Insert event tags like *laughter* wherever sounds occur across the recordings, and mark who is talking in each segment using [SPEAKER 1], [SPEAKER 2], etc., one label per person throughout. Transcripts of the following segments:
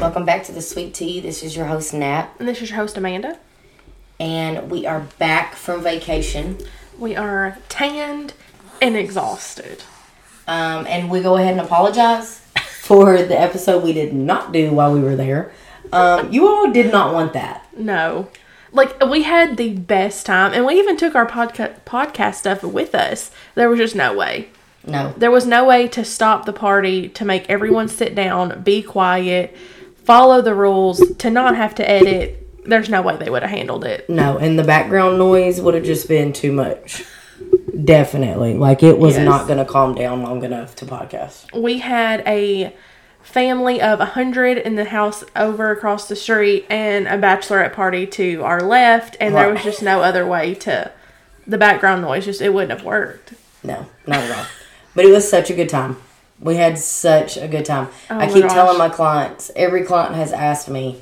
[SPEAKER 1] Welcome back to the Sweet Tea. This is your host, Nat,
[SPEAKER 2] And this is your host, Amanda.
[SPEAKER 1] and we are back from vacation.
[SPEAKER 2] We are tanned and exhausted.
[SPEAKER 1] Um, and we go ahead and apologize *laughs* for the episode we did not do while we were there. Um, you all did not want that.
[SPEAKER 2] No. Like, we had the best time, and we even took our podca- podcast stuff with us. There was just no way.
[SPEAKER 1] No.
[SPEAKER 2] There was no way to stop the party, to make everyone sit down, be quiet, follow the rules, to not have to edit. There's no way they would have handled it.
[SPEAKER 1] No, and the background noise would have just been too much. Definitely. Like, it was
[SPEAKER 2] Yes.
[SPEAKER 1] not going to calm down long enough to podcast.
[SPEAKER 2] we had a family of 100 in the house over across the street and a bachelorette party to our left and there
[SPEAKER 1] Right.
[SPEAKER 2] was just no other way to the background noise just it wouldn't have worked
[SPEAKER 1] No, not at all. But it was such a good time. We had such a good time. I
[SPEAKER 2] Oh my
[SPEAKER 1] keep
[SPEAKER 2] gosh.
[SPEAKER 1] telling my clients, every client has asked me,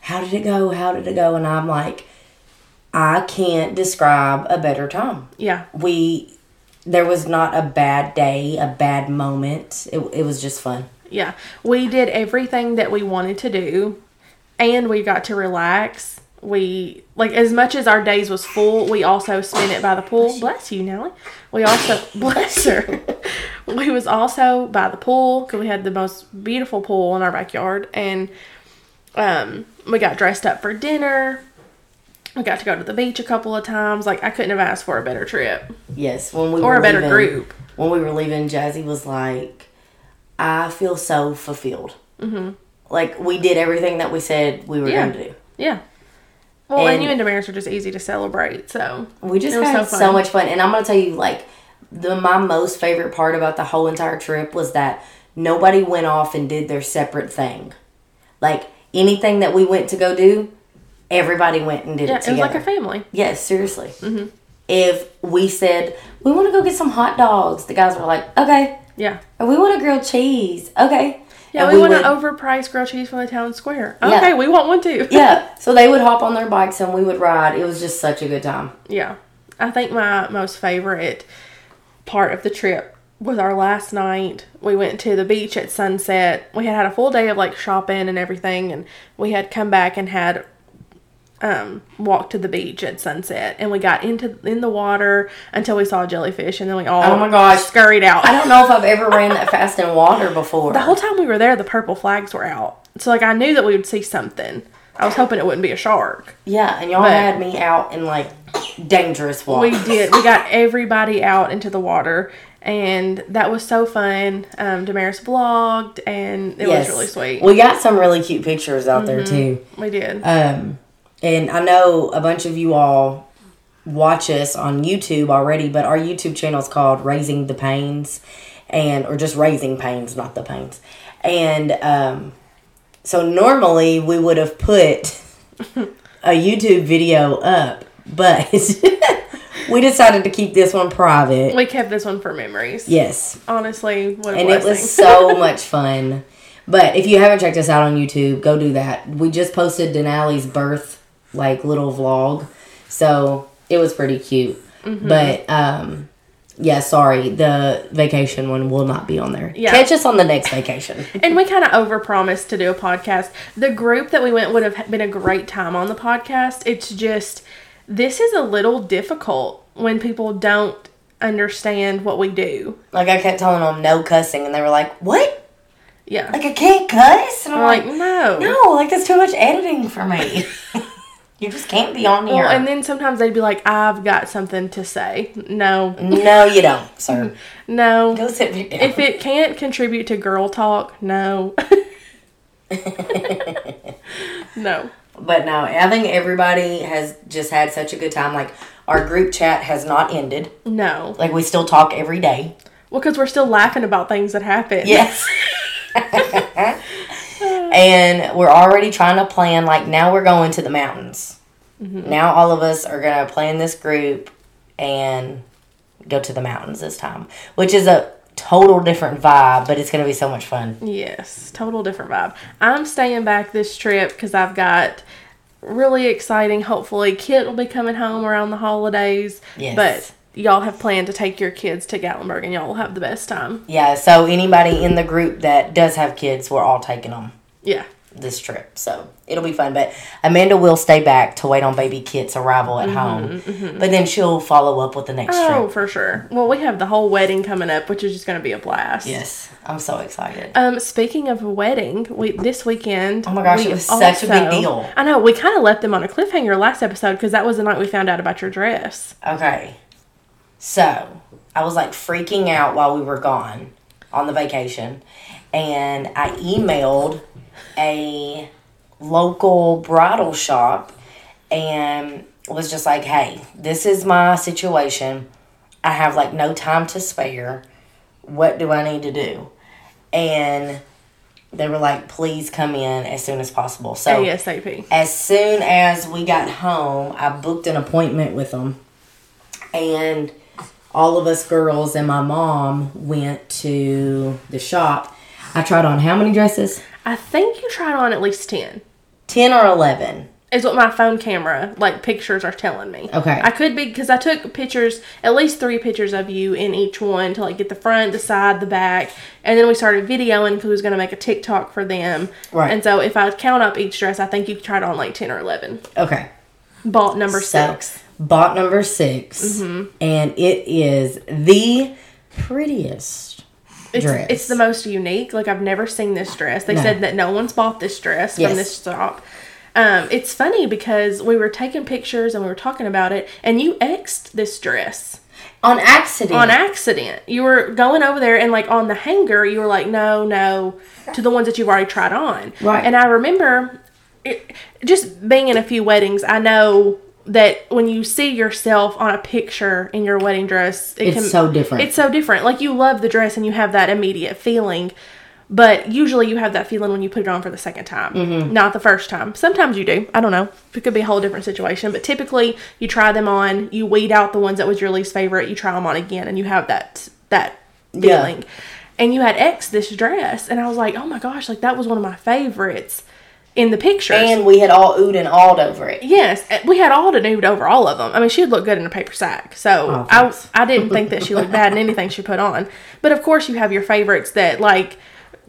[SPEAKER 1] How did it go? How did it go? And I'm like, I can't describe a better time.
[SPEAKER 2] yeah
[SPEAKER 1] We, there was not a bad day, a bad moment. It, it was just fun.
[SPEAKER 2] yeah we did everything that we wanted to do and we got to relax we like as much as our days was full we also spent it by the pool bless you nellie we also *laughs* bless her we was also by the pool because we had the most beautiful pool in our backyard and um, we got dressed up for dinner we got to go to the beach a couple of times like i couldn't have asked for a better trip
[SPEAKER 1] Yes, when we
[SPEAKER 2] Or
[SPEAKER 1] were
[SPEAKER 2] a better
[SPEAKER 1] leaving-
[SPEAKER 2] group.
[SPEAKER 1] When we were leaving, Jazzy was like, "I feel so fulfilled. Mm-hmm. Like we did everything that we said we were
[SPEAKER 2] Yeah.
[SPEAKER 1] going to do.
[SPEAKER 2] yeah well and,
[SPEAKER 1] And-
[SPEAKER 2] you and damaris are just easy to celebrate so
[SPEAKER 1] We just
[SPEAKER 2] It was
[SPEAKER 1] had
[SPEAKER 2] so
[SPEAKER 1] so,
[SPEAKER 2] fun.
[SPEAKER 1] much fun, and I'm gonna tell you, like, the my most favorite part about the whole entire trip was that nobody went off and did their separate thing. Like anything that we went to go do, everybody went and did
[SPEAKER 2] yeah
[SPEAKER 1] it
[SPEAKER 2] it was
[SPEAKER 1] together.
[SPEAKER 2] like a Mm-hmm. family
[SPEAKER 1] yes, seriously. If we said we want to go get some hot dogs, the guys were like, "Okay,"
[SPEAKER 2] yeah
[SPEAKER 1] or we want a grilled cheese, "Okay."
[SPEAKER 2] Yeah,
[SPEAKER 1] And
[SPEAKER 2] we, want
[SPEAKER 1] would-
[SPEAKER 2] an overpriced grilled cheese from the town square.
[SPEAKER 1] Yeah.
[SPEAKER 2] Okay, we want one too.
[SPEAKER 1] *laughs* yeah, so they would hop on their bikes and we would ride. It was just such a good time.
[SPEAKER 2] *laughs* Yeah. I think my most favorite part of the trip was our last night. We went to the beach at sunset. We had had a full day of like shopping and everything, and we had come back and had um walked to the beach at sunset and we got into in the water until we saw jellyfish and then we all
[SPEAKER 1] Oh my gosh.
[SPEAKER 2] scurried out
[SPEAKER 1] I don't know if I've ever ran that fast in water before.
[SPEAKER 2] the whole time we were there the purple flags were out so like i knew that we would see something i was hoping it wouldn't be a shark
[SPEAKER 1] Yeah, and y'all
[SPEAKER 2] But-
[SPEAKER 1] had me out in like dangerous
[SPEAKER 2] We
[SPEAKER 1] walks.
[SPEAKER 2] did. We got everybody out into the water, and that was so fun. Um, Damaris vlogged, and it was really sweet. Mm-hmm.
[SPEAKER 1] We got some really cute pictures out there too.
[SPEAKER 2] We did.
[SPEAKER 1] Um, and I know a bunch of you all watch us on YouTube already, but our YouTube channel is called Raising the Pains, and or just Raising Pains, not the Pains. And um, so normally we would have
[SPEAKER 2] *laughs*
[SPEAKER 1] put a YouTube video up, but *laughs* we decided to keep this one private.
[SPEAKER 2] we kept this one for memories.
[SPEAKER 1] Yes.
[SPEAKER 2] Honestly, what a
[SPEAKER 1] and it
[SPEAKER 2] blessing.
[SPEAKER 1] was so *laughs* much fun. But if you haven't checked us out on YouTube, go do that. We just posted Denali's birth like little vlog, so it was pretty cute.
[SPEAKER 2] Mm-hmm.
[SPEAKER 1] But um, yeah, sorry, the vacation one will not be on there.
[SPEAKER 2] Yeah.
[SPEAKER 1] Catch us on the next
[SPEAKER 2] *laughs*
[SPEAKER 1] vacation.
[SPEAKER 2] and we kind of overpromised to do a podcast. The group that we went would have been a great time on the podcast. It's just this is a little difficult when people don't understand what we do.
[SPEAKER 1] like I kept telling them no cussing, and they were like, "What?
[SPEAKER 2] Yeah.
[SPEAKER 1] Like I can't cuss?" And I'm
[SPEAKER 2] I'm like,
[SPEAKER 1] like,
[SPEAKER 2] no.
[SPEAKER 1] "No, like that's too much editing for
[SPEAKER 2] *laughs*
[SPEAKER 1] me. *laughs* you just can't be on here."
[SPEAKER 2] Well, and then sometimes they'd be like, I've got something to say. No,
[SPEAKER 1] no, you don't,
[SPEAKER 2] *laughs*
[SPEAKER 1] sir.
[SPEAKER 2] no.
[SPEAKER 1] Go sit me *laughs* down.
[SPEAKER 2] If it can't contribute to girl
[SPEAKER 1] *laughs*
[SPEAKER 2] talk, no. no.
[SPEAKER 1] But no, I think everybody has just had such a good time. Like our group chat has not ended.
[SPEAKER 2] No.
[SPEAKER 1] Like we still talk every day.
[SPEAKER 2] Well, because we're still laughing about things that happen.
[SPEAKER 1] Yes. *laughs* and we're already trying to plan. Like now we're going to the mountains. Now all of us are gonna plan this group and go to the mountains this time, which is a total different vibe. But it's gonna be so much fun.
[SPEAKER 2] Mm-hmm. Yes. Total different vibe. I'm staying back this trip because I've got really exciting. Hopefully, Kit will be coming home around the holidays.
[SPEAKER 1] Yes.
[SPEAKER 2] But y'all have planned to take your kids to Gatlinburg and y'all will have the best time.
[SPEAKER 1] Yeah. So anybody in the group that does have kids, we're all taking them.
[SPEAKER 2] Yeah.
[SPEAKER 1] this trip. So it'll be fun. But Amanda will stay back to wait on baby Kit's arrival at home. But then she'll follow up with the next
[SPEAKER 2] Oh,
[SPEAKER 1] trip.
[SPEAKER 2] for sure. Well, we have the whole wedding coming up, which is just going to be a blast.
[SPEAKER 1] Yes. I'm so excited.
[SPEAKER 2] Um, speaking of a wedding, we this weekend. Oh
[SPEAKER 1] my gosh, it was such a big deal.
[SPEAKER 2] I know we kind of left them on a cliffhanger last episode because that was the night we found out about your dress.
[SPEAKER 1] Okay. So I was like freaking out while we were gone on the vacation. And I emailed a local bridal shop and was just like, hey, this is my situation. I have like no time to spare. What do I need to do? And they were like, please come in as soon as possible. So
[SPEAKER 2] ASAP.
[SPEAKER 1] as soon as we got home, I booked an appointment with them. And all of us girls and my mom went to the shop. I tried on how many dresses?
[SPEAKER 2] I think you tried on at least ten.
[SPEAKER 1] 10 or 11.
[SPEAKER 2] Is what my phone camera like pictures are telling me.
[SPEAKER 1] Okay.
[SPEAKER 2] I could be because I took pictures, at least three pictures of you in each one to like get the front, the side, the back, and then we started videoing because we was gonna make a TikTok for them.
[SPEAKER 1] Right.
[SPEAKER 2] And so if I count up each dress, I think you tried on like ten or eleven.
[SPEAKER 1] Okay.
[SPEAKER 2] Bought number
[SPEAKER 1] So,
[SPEAKER 2] six. Mm-hmm.
[SPEAKER 1] bought number 6 And it is the prettiest
[SPEAKER 2] It's,
[SPEAKER 1] dress.
[SPEAKER 2] it's the most unique. Like I've never seen this dress. They
[SPEAKER 1] No.
[SPEAKER 2] said that no one's bought this dress
[SPEAKER 1] Yes.
[SPEAKER 2] from this shop. Um, it's funny because we were taking pictures and we were talking about it, and you X'd this dress
[SPEAKER 1] on accident.
[SPEAKER 2] on accident. You were going over there and like on the hanger, you were like, no, no, to the ones that you've already tried on.
[SPEAKER 1] Right.
[SPEAKER 2] And I remember it, just being in a few weddings. I know that when you see yourself on a picture in your wedding dress, it
[SPEAKER 1] It's so different.
[SPEAKER 2] It's so different. Like you love the dress and you have that immediate feeling. But usually you have that feeling when you put it on for the second time,
[SPEAKER 1] Mm-hmm.
[SPEAKER 2] not the first time. Sometimes you do. I don't know. It could be a whole different situation. But typically you try them on, you weed out the ones that was your least favorite, you try them on again, and you have that that
[SPEAKER 1] Yeah.
[SPEAKER 2] feeling. And you had X this dress, and I was like, oh my gosh, like that was one of my favorites in the pictures.
[SPEAKER 1] and we had all oohed and awed over it.
[SPEAKER 2] Yes, and we had all to nude over all of them. I mean, she would look good in a paper sack. So I,
[SPEAKER 1] Oh, thanks.
[SPEAKER 2] I didn't think that she looked
[SPEAKER 1] *laughs*
[SPEAKER 2] bad in anything she put on. But of course, you have your favorites that like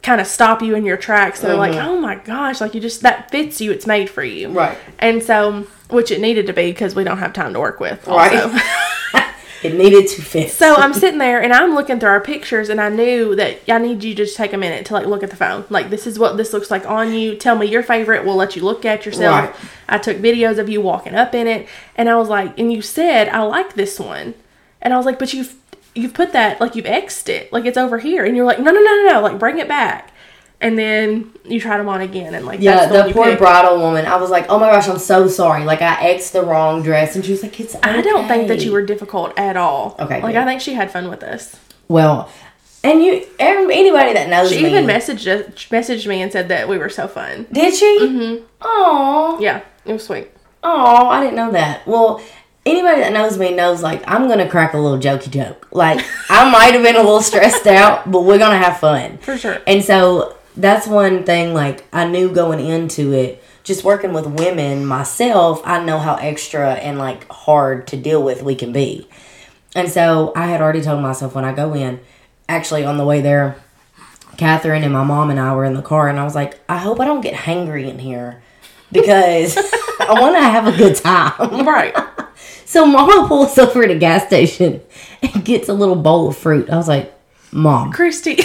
[SPEAKER 2] kind of stop you in your tracks. They're like, oh my gosh, like you just that fits you. It's made for you,
[SPEAKER 1] Uh-huh. Right.
[SPEAKER 2] And so, which it needed to be because we don't have time to work with,
[SPEAKER 1] Right.
[SPEAKER 2] also. *laughs*
[SPEAKER 1] It needed to fit.
[SPEAKER 2] So I'm sitting there and I'm looking through our pictures and I knew that I need you to just take a minute to like look at the phone. Like this is what this looks like on you. Tell me your favorite. We'll let you look at yourself.
[SPEAKER 1] Right.
[SPEAKER 2] I took videos of you walking up in it and I was like, and you said I like this one, and I was like, but you've you've put that like you've xed it like it's over here and you're like no no no no no like bring it back. And then you tried them on again, and like
[SPEAKER 1] Yeah,
[SPEAKER 2] that's the, one
[SPEAKER 1] the
[SPEAKER 2] you
[SPEAKER 1] poor
[SPEAKER 2] picked.
[SPEAKER 1] bridal woman. I was like, oh my gosh, I'm so sorry. Like I X'd the wrong dress, and she was like, it's.
[SPEAKER 2] I don't think that you
[SPEAKER 1] okay.
[SPEAKER 2] were difficult at all.
[SPEAKER 1] Okay,
[SPEAKER 2] like
[SPEAKER 1] good.
[SPEAKER 2] I think she had fun with us.
[SPEAKER 1] Well, and you, every- anybody that knows
[SPEAKER 2] She
[SPEAKER 1] me,
[SPEAKER 2] even messaged us- messaged me and said that we were so fun.
[SPEAKER 1] did she? Mm-hmm. Oh,
[SPEAKER 2] Yeah, it was sweet.
[SPEAKER 1] oh, I didn't know that. Well, anybody that knows me knows like I'm gonna crack a little jokey joke.
[SPEAKER 2] *laughs*
[SPEAKER 1] Like I might have been a little stressed out, but we're gonna have fun
[SPEAKER 2] For sure.
[SPEAKER 1] And so that's one thing. Like I knew going into it. Just working with women myself, I know how extra and like hard to deal with we can be. And so I had already told myself when I go in, actually on the way there, Catherine and my mom and I were in the car, and I was like, I hope I don't get hangry in here because I want to have a good time.
[SPEAKER 2] Right.
[SPEAKER 1] So Mama pulls over at a gas station and gets a little bowl of fruit. I was like, Mom,
[SPEAKER 2] Christy.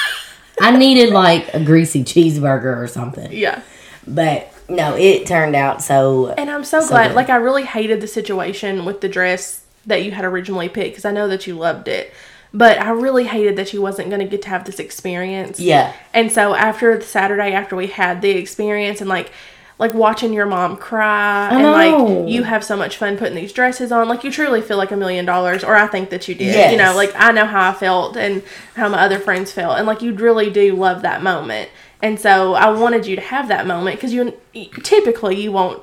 [SPEAKER 2] *laughs*
[SPEAKER 1] I needed like a greasy cheeseburger or something.
[SPEAKER 2] yeah.
[SPEAKER 1] But no, it turned out so.
[SPEAKER 2] And I'm so, glad.
[SPEAKER 1] good.
[SPEAKER 2] Like, I really hated the situation with the dress that you had originally picked because I know that you loved it. But I really hated that you wasn't going to get to have this experience.
[SPEAKER 1] Yeah.
[SPEAKER 2] And so after the Saturday, after we had the experience and like, like watching your mom cry and
[SPEAKER 1] know.
[SPEAKER 2] like you have so much fun putting these dresses on like you truly feel like a million dollars or i think that you did you know
[SPEAKER 1] Yes.
[SPEAKER 2] like I know how I felt and how my other friends felt, and like you really do love that moment. And so I wanted you to have that moment because you typically you won't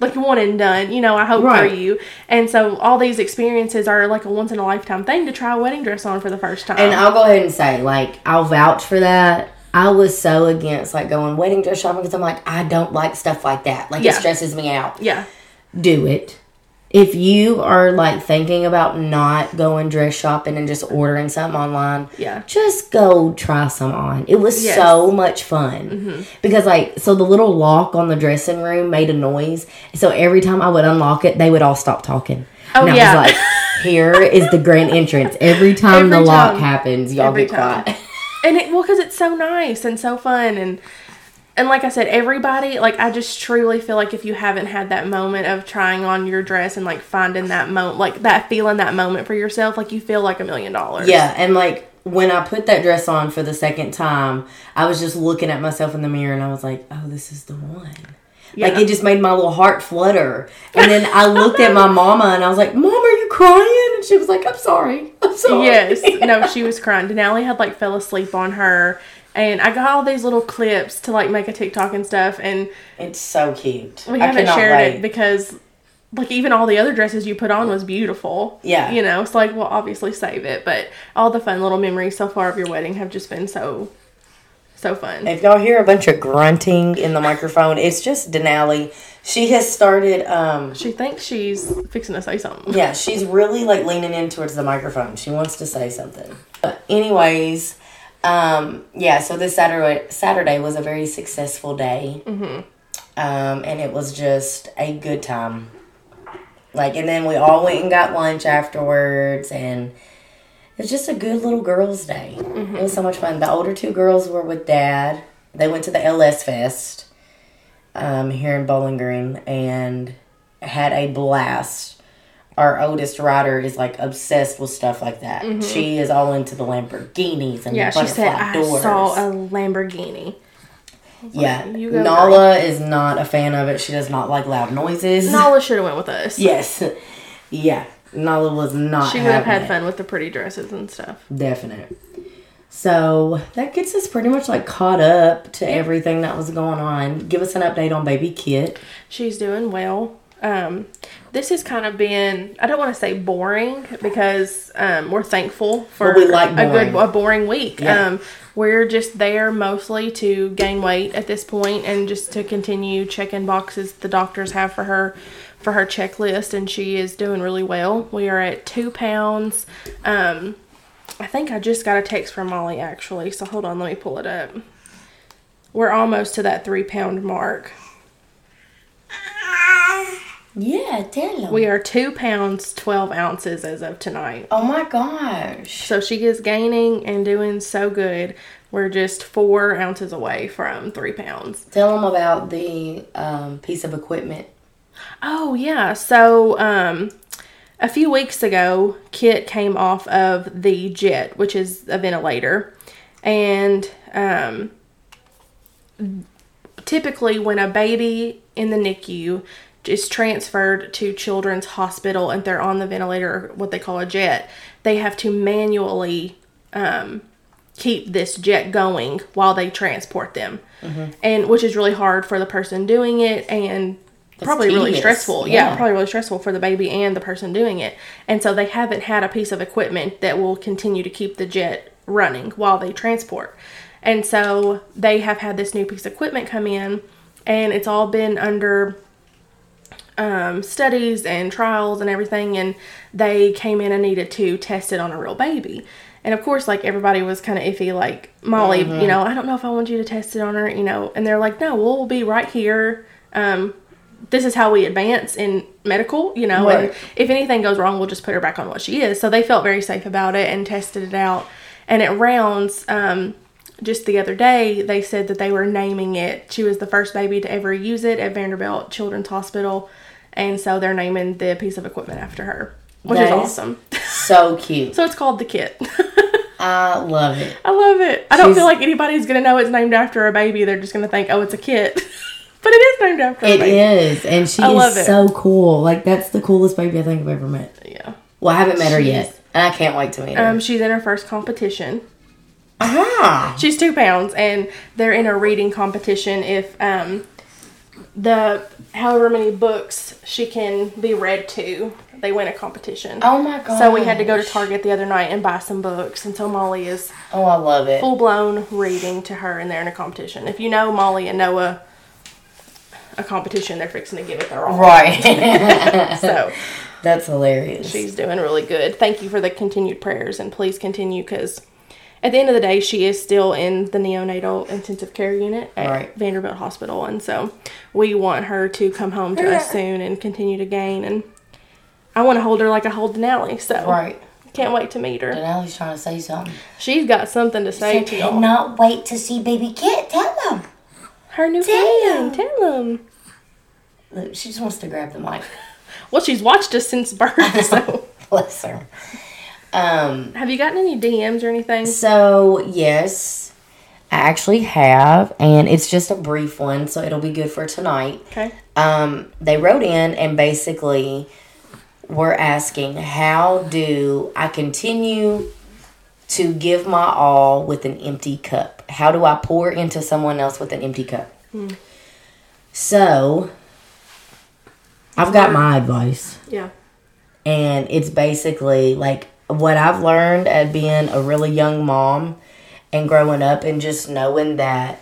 [SPEAKER 2] like one and done. You know, I hope
[SPEAKER 1] Right.
[SPEAKER 2] for you. And so all these experiences are like a once in a lifetime thing to try a wedding dress on for the first time.
[SPEAKER 1] And uh, I'll go ahead and say, like, I'll vouch for that. I was so against like going wedding dress shopping because I'm like, I don't like stuff like that. Like
[SPEAKER 2] Yeah.
[SPEAKER 1] it stresses me out.
[SPEAKER 2] yeah,
[SPEAKER 1] Do it. if you are like thinking about not going dress shopping and just ordering something online,
[SPEAKER 2] Yeah.
[SPEAKER 1] just go try some on. It was
[SPEAKER 2] Yes. Mm-hmm.
[SPEAKER 1] so much fun because like so the little lock on the dressing room made a noise. So every time I would unlock it, they would all stop talking.
[SPEAKER 2] Oh,
[SPEAKER 1] and I
[SPEAKER 2] yeah.
[SPEAKER 1] was like, here is the grand entrance.
[SPEAKER 2] *laughs*
[SPEAKER 1] Every time the
[SPEAKER 2] Every
[SPEAKER 1] lock
[SPEAKER 2] time.
[SPEAKER 1] happens, y'all
[SPEAKER 2] Every
[SPEAKER 1] get
[SPEAKER 2] time.
[SPEAKER 1] quiet.
[SPEAKER 2] and it well because it's so nice and so fun and and like i said everybody like i just truly feel like if you haven't had that moment of trying on your dress and like finding that moment like that feeling that moment for yourself like you feel like a million dollars
[SPEAKER 1] Yeah, and like when I put that dress on for the second time, I was just looking at myself in the mirror and I was like, oh, this is the one. Like
[SPEAKER 2] Yeah.
[SPEAKER 1] it just made my little heart flutter. And then I looked at
[SPEAKER 2] *laughs*
[SPEAKER 1] my mama and I was like, Mom, are you crying? And she was like, I'm sorry. I'm sorry.
[SPEAKER 2] yes no she was crying denali had like fell asleep on her and i got all these little clips to like make a tiktok and stuff and
[SPEAKER 1] It's so cute.
[SPEAKER 2] we
[SPEAKER 1] I
[SPEAKER 2] haven't
[SPEAKER 1] cannot
[SPEAKER 2] shared
[SPEAKER 1] wait.
[SPEAKER 2] it because like even all the other dresses you put on was beautiful
[SPEAKER 1] Yeah.
[SPEAKER 2] you know it's like we'll obviously save it but all the fun little memories so far of your wedding have just been so so fun
[SPEAKER 1] If y'all hear a bunch of grunting in the microphone, it's just Denali. She has started um
[SPEAKER 2] she thinks she's fixing to say
[SPEAKER 1] *laughs*
[SPEAKER 2] something
[SPEAKER 1] yeah, she's really like leaning in towards the microphone. She wants to say something. But anyways, um, yeah. So this Saturday Saturday was a very successful day, mm-hmm. um, and it was just a good time. Like, and then we all went and got lunch afterwards, and it was just a good little girls' day.
[SPEAKER 2] Mm-hmm.
[SPEAKER 1] It was so much fun. The older two girls were with dad. They went to the LS Fest um, here in Bowling Green and had a blast. Our oldest rider is like obsessed with stuff like that. She is all into the Lamborghinis and
[SPEAKER 2] Mm-hmm. yeah
[SPEAKER 1] the
[SPEAKER 2] she
[SPEAKER 1] butterfly
[SPEAKER 2] said i
[SPEAKER 1] doors.
[SPEAKER 2] saw a lamborghini
[SPEAKER 1] yeah,
[SPEAKER 2] you go
[SPEAKER 1] Nala is not a fan of it. She does not like loud noises.
[SPEAKER 2] nala should have went with
[SPEAKER 1] *laughs*
[SPEAKER 2] us
[SPEAKER 1] Yes, yeah, Nala was not.
[SPEAKER 2] she would have
[SPEAKER 1] having
[SPEAKER 2] had
[SPEAKER 1] it.
[SPEAKER 2] fun with the pretty dresses and stuff
[SPEAKER 1] Definite. So that gets us pretty much like caught up to everything that was going on. Give us an update on baby Kit.
[SPEAKER 2] she's doing well. Um, this has kind of been I don't want to say boring because um, we're thankful for
[SPEAKER 1] But we like
[SPEAKER 2] a good
[SPEAKER 1] boring.
[SPEAKER 2] a boring week.
[SPEAKER 1] Yeah.
[SPEAKER 2] Um, we're just there mostly to gain weight at this point and just to continue checking boxes the doctors have for her for her checklist and she is doing really well. We are at two pounds. Um, I think I just got a text from Molly actually, so hold on, let me pull it up. We're almost to that three pound mark.
[SPEAKER 1] Yeah, tell him.
[SPEAKER 2] We are two pounds twelve ounces as of tonight.
[SPEAKER 1] oh my gosh.
[SPEAKER 2] So she is gaining and doing so good. We're just four ounces away from three pounds.
[SPEAKER 1] Tell them about the um, piece of equipment.
[SPEAKER 2] Oh yeah. So um a few weeks ago, Kit came off of the jet, which is a ventilator, and um typically when a baby in the NICU is transferred to children's hospital and they're on the ventilator or what they call a jet, they have to manually um, keep this jet going while they transport them. And which is really hard for the person doing it and probably really
[SPEAKER 1] tedious.
[SPEAKER 2] stressful. Yeah.
[SPEAKER 1] Yeah.
[SPEAKER 2] probably really stressful for the baby and the person doing it. And so they haven't had a piece of equipment that will continue to keep the jet running while they transport. And so they have had this new piece of equipment come in, and it's all been under um, studies and trials and everything. And they came in and needed to test it on a real baby. And of course, like everybody was kind of iffy, like Molly, you know, I don't know if I want you to test it on her, you know. And they're like, no, we'll be right here. Um, this is how we advance in medical, you know,
[SPEAKER 1] Right.
[SPEAKER 2] and if anything goes wrong, we'll just put her back on what she is. So they felt very safe about it and tested it out. And at rounds, um, just the other day, they said that they were naming it. She was the first baby to ever use it at Vanderbilt Children's Hospital. And so they're naming the piece of equipment after her, which is
[SPEAKER 1] That is-
[SPEAKER 2] awesome. *laughs*
[SPEAKER 1] So cute.
[SPEAKER 2] So it's called the kit. *laughs*
[SPEAKER 1] I love it.
[SPEAKER 2] I love it. I don't
[SPEAKER 1] She's-
[SPEAKER 2] feel like anybody's going to know it's named after a baby. They're just going to think, oh, it's a kit. *laughs* but it is named after a
[SPEAKER 1] It
[SPEAKER 2] baby.
[SPEAKER 1] is, and she
[SPEAKER 2] I love
[SPEAKER 1] is
[SPEAKER 2] it.
[SPEAKER 1] so cool. Like that's the coolest baby I think I've ever met.
[SPEAKER 2] Yeah.
[SPEAKER 1] Well, I haven't met her yet, and I can't wait to meet her.
[SPEAKER 2] Um, she's in her first competition.
[SPEAKER 1] ah,
[SPEAKER 2] She's two pounds, and they're in a reading competition. If um, the however many books she can be read to, they win a competition.
[SPEAKER 1] oh my god!
[SPEAKER 2] So we had to go to Target the other night and buy some books, and so Molly is
[SPEAKER 1] Oh, I love it.
[SPEAKER 2] full blown reading to her, and they're in a competition. If you know Molly and Noah, a competition they're fixing to give it their all.
[SPEAKER 1] Right.
[SPEAKER 2] So
[SPEAKER 1] *laughs* That's hilarious.
[SPEAKER 2] she's doing really good. Thank you for the continued prayers and please continue because at the end of the day, she is still in the neonatal intensive care unit at
[SPEAKER 1] Right.
[SPEAKER 2] Vanderbilt Hospital. And so we want her to come home to us soon and continue to gain. And I want to hold her like I hold Denali. So
[SPEAKER 1] right.
[SPEAKER 2] can't wait to meet her.
[SPEAKER 1] Denali's trying to say something.
[SPEAKER 2] She's got something to say to y'all.
[SPEAKER 3] Cannot wait to see baby Kit. Tell them.
[SPEAKER 2] Her new
[SPEAKER 3] Damn.
[SPEAKER 2] friend. Tell them.
[SPEAKER 1] Look, she just wants to grab the mic. *laughs*
[SPEAKER 2] Well, she's watched us since birth. So
[SPEAKER 1] Bless her. Um,
[SPEAKER 2] have you gotten any DMs or anything?
[SPEAKER 1] So, yes, I actually have, and it's just a brief one, so it'll be good for tonight.
[SPEAKER 2] Okay.
[SPEAKER 1] Um, they wrote in and basically were asking, How do I continue to give my all with an empty cup? How do I pour into someone else with an empty cup? So, I've got my advice
[SPEAKER 2] Yeah.
[SPEAKER 1] and it's basically like what I've learned at being a really young mom and growing up and just knowing that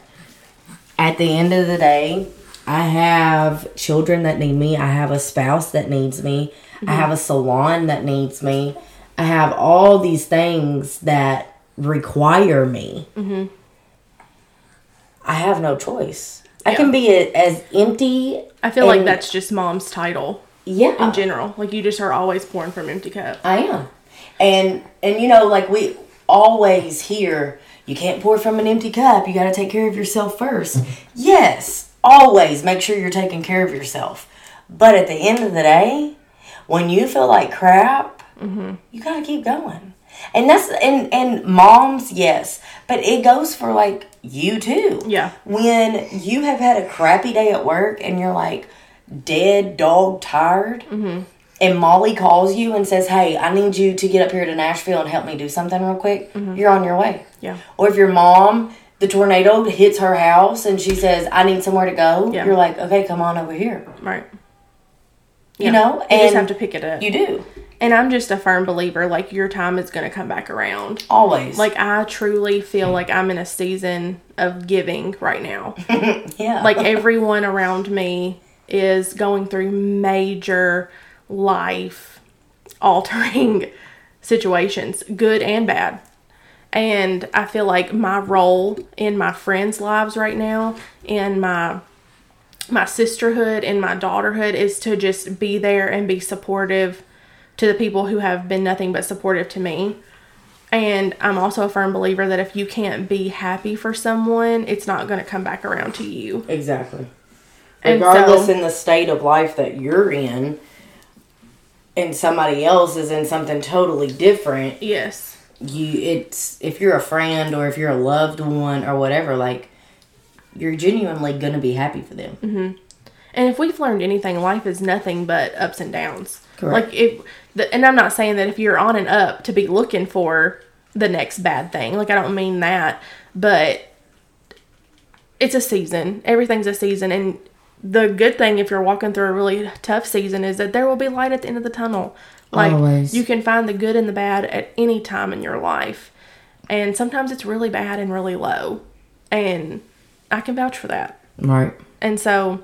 [SPEAKER 1] at the end of the day, I have children that need me, I have a spouse that needs me, I have a salon that needs me, I have all these things that require me. I have no choice. I can be a, as empty.
[SPEAKER 2] I feel like
[SPEAKER 1] and-
[SPEAKER 2] that's just mom's title
[SPEAKER 1] yeah.
[SPEAKER 2] in general. Like you just are always pouring from empty cup.
[SPEAKER 1] I am. And and you know, like we always hear, you can't pour from an empty cup. You got to take care of yourself first. Yes, always make sure you're taking care of yourself. But at the end of the day, when you feel like crap, you got to keep going. And that's and and moms, yes, but it goes for like you too.
[SPEAKER 2] Yeah.
[SPEAKER 1] When you have had a crappy day at work and you're like dead dog tired, and Molly calls you and says, Hey, I need you to get up here to Nashville and help me do something real quick, you're on your way.
[SPEAKER 2] Mm-hmm. Yeah.
[SPEAKER 1] Or if your mom, the tornado hits her house and she says, I need somewhere to go,
[SPEAKER 2] Yeah.
[SPEAKER 1] you're like, Okay, come on over here.
[SPEAKER 2] Right.
[SPEAKER 1] You know?
[SPEAKER 2] You
[SPEAKER 1] and
[SPEAKER 2] just have to pick it up.
[SPEAKER 1] you do.
[SPEAKER 2] and I'm just a firm believer like your time is going to come back around.
[SPEAKER 1] Always.
[SPEAKER 2] Like I truly feel
[SPEAKER 1] Mm.
[SPEAKER 2] like I'm in a season of giving right now.
[SPEAKER 1] yeah.
[SPEAKER 2] *laughs* like everyone around me is going through major life altering *laughs* situations, good and bad. And I feel like my role in my friends' lives right now, in my my sisterhood and my daughterhood is to just be there and be supportive to the people who have been nothing but supportive to me. And I'm also a firm believer that if you can't be happy for someone, it's not going to come back around to you.
[SPEAKER 1] Exactly.
[SPEAKER 2] And
[SPEAKER 1] Regardless
[SPEAKER 2] so-
[SPEAKER 1] in the state of life that you're in, and somebody else is in something totally different,
[SPEAKER 2] Yes.
[SPEAKER 1] you it's if you're a friend or if you're a loved one or whatever like you're genuinely gonna be happy for them
[SPEAKER 2] And if we've learned anything, life is nothing but ups and downs.
[SPEAKER 1] Correct.
[SPEAKER 2] Like if, the, and I'm not saying that if you're on and up to be looking for the next bad thing. Like I don't mean that, but it's a season. Everything's a season, and the good thing if you're walking through a really tough season is that there will be light at the end of the tunnel. Like
[SPEAKER 1] Always.
[SPEAKER 2] you can find the good and the bad at any time in your life, and sometimes it's really bad and really low, and I can vouch for that.
[SPEAKER 1] Mm-hmm. right
[SPEAKER 2] And so,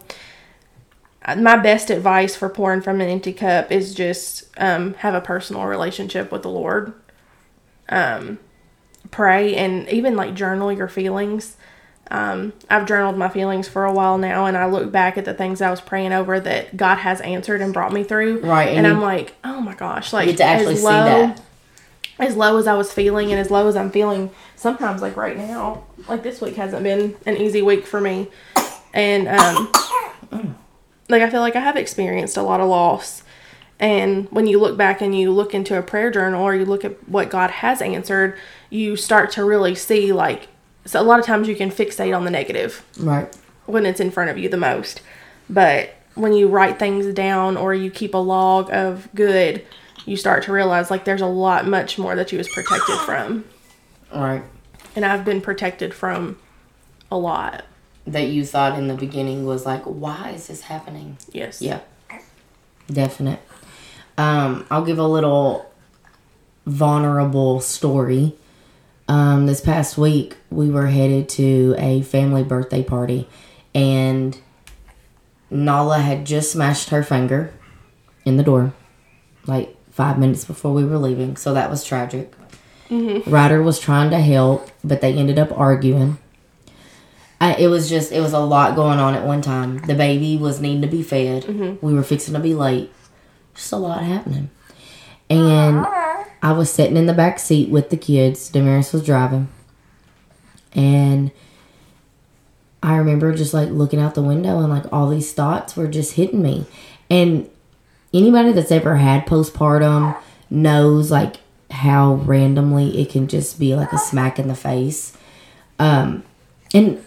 [SPEAKER 2] uh, my best advice for pouring from an empty cup is just um, have a personal relationship with the Lord. Um, pray and even like journal your feelings. Um, I've journaled my feelings for a while now, and I look back at the things I was praying over that God has answered and brought me through.
[SPEAKER 1] Right,
[SPEAKER 2] and,
[SPEAKER 1] and
[SPEAKER 2] I'm
[SPEAKER 1] you-
[SPEAKER 2] like, oh my gosh, like
[SPEAKER 1] get to actually
[SPEAKER 2] as
[SPEAKER 1] see
[SPEAKER 2] low,
[SPEAKER 1] that
[SPEAKER 2] as low as I was feeling and as low as I'm feeling sometimes like right now like this week hasn't been an easy week for me and um like I feel like I have experienced a lot of loss and when you look back and you look into a prayer journal or you look at what God has answered you start to really see like so a lot of times you can fixate on the negative
[SPEAKER 1] right
[SPEAKER 2] when it's in front of you the most. But when you write things down or you keep a log of good, you start to realize like there's a lot much more that you was protected from.
[SPEAKER 1] right
[SPEAKER 2] And I've been protected from a lot.
[SPEAKER 1] that you thought in the beginning was like why is this happening
[SPEAKER 2] Yes.
[SPEAKER 1] yeah definite um i'll give a little vulnerable story um this past week we were headed to a family birthday party and Nala had just smashed her finger in the door, like five minutes before we were leaving. So that was tragic. Ryder was trying to help, but they ended up arguing. I, it was just, it was a lot going on at one time. The baby was needing to be fed. We were fixing to be late. Just a lot happening. And I was sitting in the back seat with the kids. Damaris was driving. And I remember just like looking out the window and like all these thoughts were just hitting me. And anybody that's ever had postpartum knows like how randomly it can just be like a smack in the face. Um and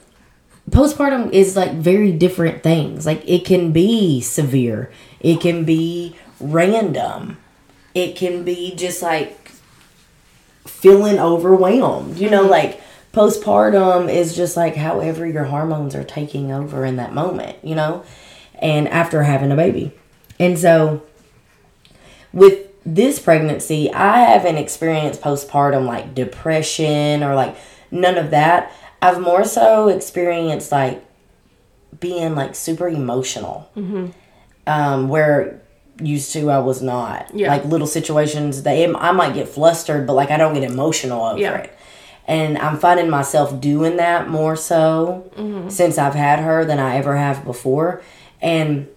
[SPEAKER 1] postpartum is like very different things. Like it can be severe. It can be random. It can be just like feeling overwhelmed. You know, like postpartum is just like however your hormones are taking over in that moment, you know, and after having a baby. And so with this pregnancy, I haven't experienced postpartum like depression or like none of that. I've more so experienced like being like super emotional, um, where used to I was not.
[SPEAKER 2] Yeah.
[SPEAKER 1] Like little situations, they I might get flustered, but like I don't get emotional over
[SPEAKER 2] Yeah.
[SPEAKER 1] it. And I'm finding myself doing that more so since I've had her than I ever have before. And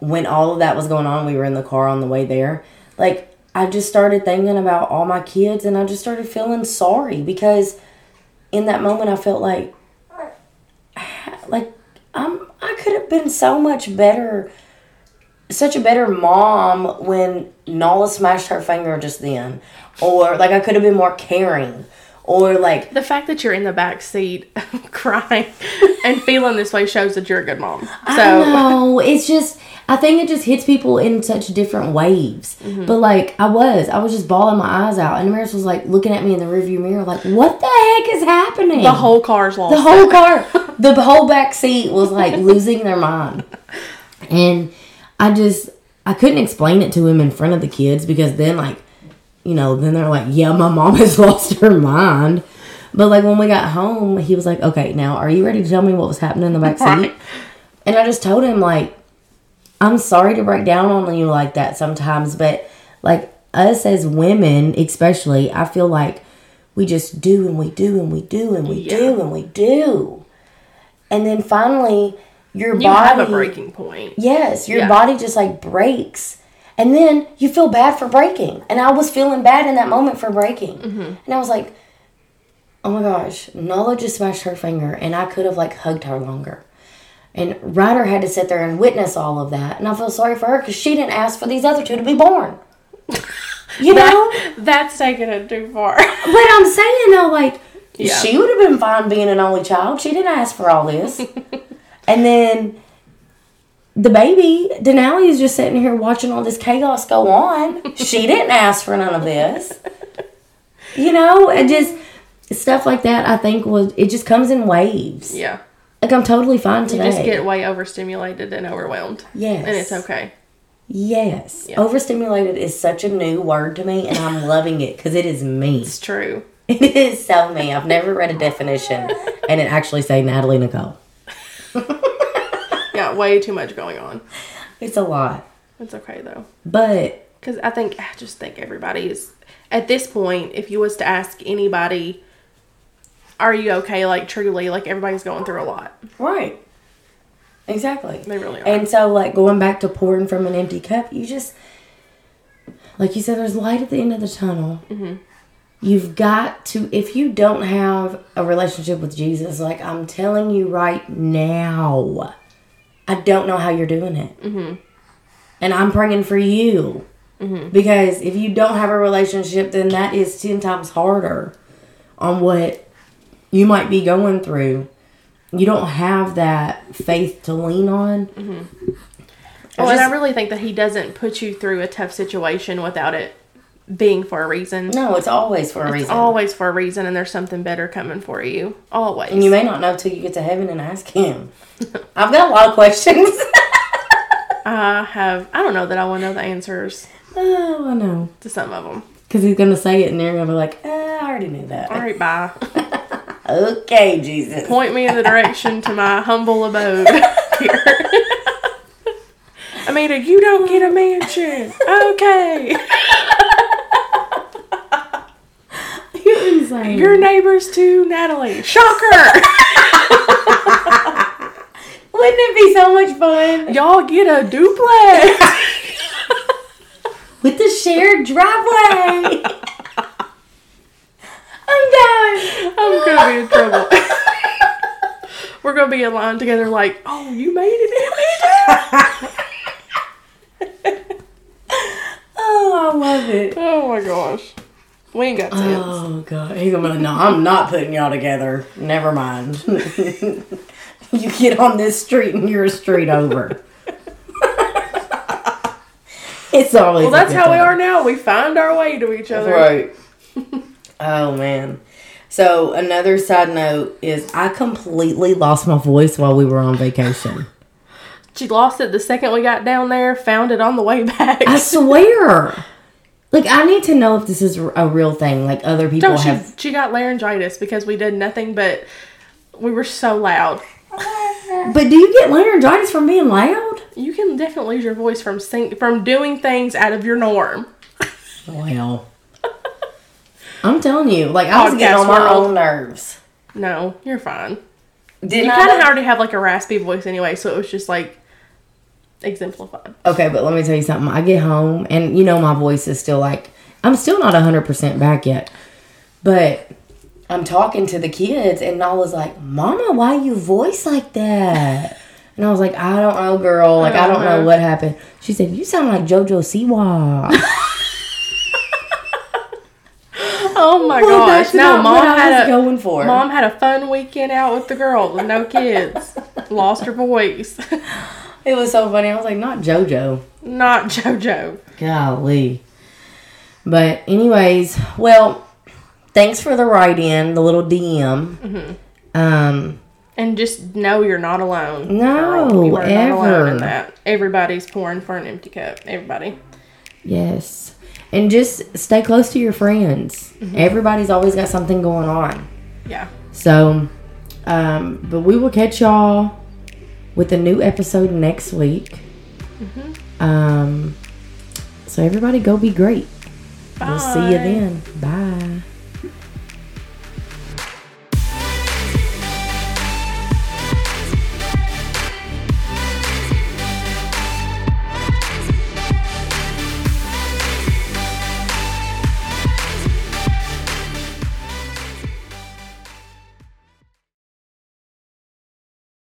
[SPEAKER 1] when all of that was going on, we were in the car on the way there. Like, I just started thinking about all my kids and I just started feeling sorry because in that moment I felt like *sighs* like I'm I could have been so much better such a better mom when Nala smashed her finger just then or like I could have been more caring or like
[SPEAKER 2] The fact that you're in the back seat *laughs* crying and feeling this way shows that you're a good mom. So
[SPEAKER 1] No, it's just I think it just hits people in such different waves. But like I was, I was just bawling my eyes out, and Maris was like looking at me in the rearview mirror, like, "What the heck is happening?"
[SPEAKER 2] the whole car's lost.
[SPEAKER 1] the whole car, the whole back seat was like losing their mind, and I just I couldn't explain it to him in front of the kids because then like you know then they're like, "Yeah, my mom *laughs* has lost her mind." But like when we got home, he was like, "Okay, now are you ready to tell me what was happening in the back seat?"
[SPEAKER 2] Right.
[SPEAKER 1] And I just told him like, I'm sorry to break down on you like that sometimes, but like us as women, especially, I feel like we just do and we do and we do and we do and we do, and then finally your
[SPEAKER 2] You
[SPEAKER 1] body,
[SPEAKER 2] have a breaking point.
[SPEAKER 1] yes, your
[SPEAKER 2] Yeah.
[SPEAKER 1] body just like breaks. And then you feel bad for breaking. And I was feeling bad in that moment for breaking. And I was like, oh my gosh, Nala just smashed her finger and I could have like hugged her longer. And Ryder had to sit there and witness all of that. And I feel sorry for her because she didn't ask for these other two to be born. You know?
[SPEAKER 2] That's taking it too far. *laughs*
[SPEAKER 1] But I'm saying though, like
[SPEAKER 2] Yeah.
[SPEAKER 1] she would have been fine being an only child. She didn't ask for all
[SPEAKER 2] *laughs*
[SPEAKER 1] this. and then the baby, Denali, is just sitting here watching all this chaos go on.
[SPEAKER 2] *laughs*
[SPEAKER 1] she didn't ask for none of this. You know, it just stuff like that I think was it just comes in waves.
[SPEAKER 2] yeah.
[SPEAKER 1] Like I'm totally fine
[SPEAKER 2] You
[SPEAKER 1] today.
[SPEAKER 2] just get way overstimulated and overwhelmed.
[SPEAKER 1] yes.
[SPEAKER 2] And it's okay.
[SPEAKER 1] Yes.
[SPEAKER 2] Yeah.
[SPEAKER 1] Overstimulated is such a new word to me and
[SPEAKER 2] *laughs*
[SPEAKER 1] I'm loving it cuz it is me.
[SPEAKER 2] It's true.
[SPEAKER 1] *laughs* It is so me. I've never read a definition and it actually say Natalie Nicole.
[SPEAKER 2] Yeah, way too much going on.
[SPEAKER 1] It's a lot.
[SPEAKER 2] It's okay though.
[SPEAKER 1] But
[SPEAKER 2] Because I think, I just think everybody is, at this point, if you was to ask anybody, are you okay? Like, truly, like, everybody's going through a lot.
[SPEAKER 1] Right. Exactly.
[SPEAKER 2] They really are.
[SPEAKER 1] And so like going back to pouring from an empty cup, you just like you said, there's light at the end of the tunnel.
[SPEAKER 2] Mm-hmm.
[SPEAKER 1] You've got to if you don't have a relationship with Jesus, like I'm telling you right now, I don't know how you're doing it.
[SPEAKER 2] Mm-hmm.
[SPEAKER 1] And I'm praying for you. Because if you don't have a relationship, then that is 10 times harder on what you might be going through. You don't have that faith to lean on.
[SPEAKER 2] Well, and
[SPEAKER 1] just-
[SPEAKER 2] I really think that he doesn't put you through a tough situation without it being for a reason.
[SPEAKER 1] No, it's always for a reason.
[SPEAKER 2] Always for a reason, and there's something better coming for you. Always.
[SPEAKER 1] And you may not know till you get to heaven and ask *laughs* him. I've got a lot of questions.
[SPEAKER 2] I have, I don't know that I want to know the answers
[SPEAKER 1] *laughs* oh, I know.
[SPEAKER 2] to some of them.
[SPEAKER 1] Because he's going to say it and you're going to be like, eh, I already knew that.
[SPEAKER 2] All right, bye.
[SPEAKER 1] Okay, Jesus.
[SPEAKER 2] Point me in the direction to my humble abode *laughs* here. Amita, you don't get a mansion. Okay.
[SPEAKER 1] *laughs* You're insane.
[SPEAKER 2] Your neighbors to Natalie. Shocker.
[SPEAKER 1] Wouldn't it be so much fun
[SPEAKER 2] Y'all get a duplex.
[SPEAKER 1] with the shared *laughs* driveway? I'm done.
[SPEAKER 2] I'm gonna be in trouble. We're gonna be in line together like, oh, you made it, Amita.
[SPEAKER 1] Oh, I love it.
[SPEAKER 2] Oh my gosh. We ain't got kids.
[SPEAKER 1] Oh god, he's gonna be like, no, I'm not putting y'all together. Never mind. *laughs* you get on this street and you're a street over. *laughs* it's always
[SPEAKER 2] well, that's how we are now. We find our way to each other.
[SPEAKER 1] Right. *laughs* oh man. So another side note is I completely lost my voice while we were on vacation.
[SPEAKER 2] She lost it the second we got down there, found it on the way *laughs* back.
[SPEAKER 1] I swear. Like I need to know if this is a real thing. Like other people
[SPEAKER 2] No, she,
[SPEAKER 1] have.
[SPEAKER 2] she got laryngitis because we did nothing but we were so loud.
[SPEAKER 1] But do you get laryngitis from being loud?
[SPEAKER 2] You can definitely lose your voice from sing- from doing things out of your norm.
[SPEAKER 1] Well, *laughs* I'm telling you, like I was getting
[SPEAKER 2] Podcast
[SPEAKER 1] on my
[SPEAKER 2] world.
[SPEAKER 1] own nerves.
[SPEAKER 2] No, you're fine.
[SPEAKER 1] Didn't
[SPEAKER 2] You kind of already have like a raspy voice anyway, so it was just like exemplified.
[SPEAKER 1] Okay, but let me tell you something. I get home, and you know my voice is still like I'm still not hundred percent back yet, but I'm talking to the kids, and I was like, "Mama, why you voice like that?" And I was like, "I don't know, girl. Like I don't
[SPEAKER 2] Uh-huh.
[SPEAKER 1] know what happened." She said, "You sound like JoJo Siwa."
[SPEAKER 2] *laughs*
[SPEAKER 1] *laughs*
[SPEAKER 2] Oh my
[SPEAKER 1] Well,
[SPEAKER 2] gosh!
[SPEAKER 1] that's
[SPEAKER 2] No,
[SPEAKER 1] not
[SPEAKER 2] mom
[SPEAKER 1] what I
[SPEAKER 2] had
[SPEAKER 1] was
[SPEAKER 2] a
[SPEAKER 1] going for.
[SPEAKER 2] mom had a fun weekend out with the girls with
[SPEAKER 1] *laughs*
[SPEAKER 2] no kids. Lost her voice. *laughs*
[SPEAKER 1] it was so funny. I was like, "Not JoJo."
[SPEAKER 2] Not JoJo.
[SPEAKER 1] Golly. But anyways, well, thanks for the write in, the little DM. Um,
[SPEAKER 2] And just know you're not alone.
[SPEAKER 1] No,
[SPEAKER 2] girl. you are not alone
[SPEAKER 1] ever.
[SPEAKER 2] in that. Everybody's pouring for an empty cup. Everybody.
[SPEAKER 1] yes. And just stay close to your friends. Everybody's always got something going on.
[SPEAKER 2] Yeah.
[SPEAKER 1] So, um, but we will catch y'all with a new episode next week. Um, so everybody go be great. We'll see you
[SPEAKER 2] Bye.
[SPEAKER 1] then. Bye.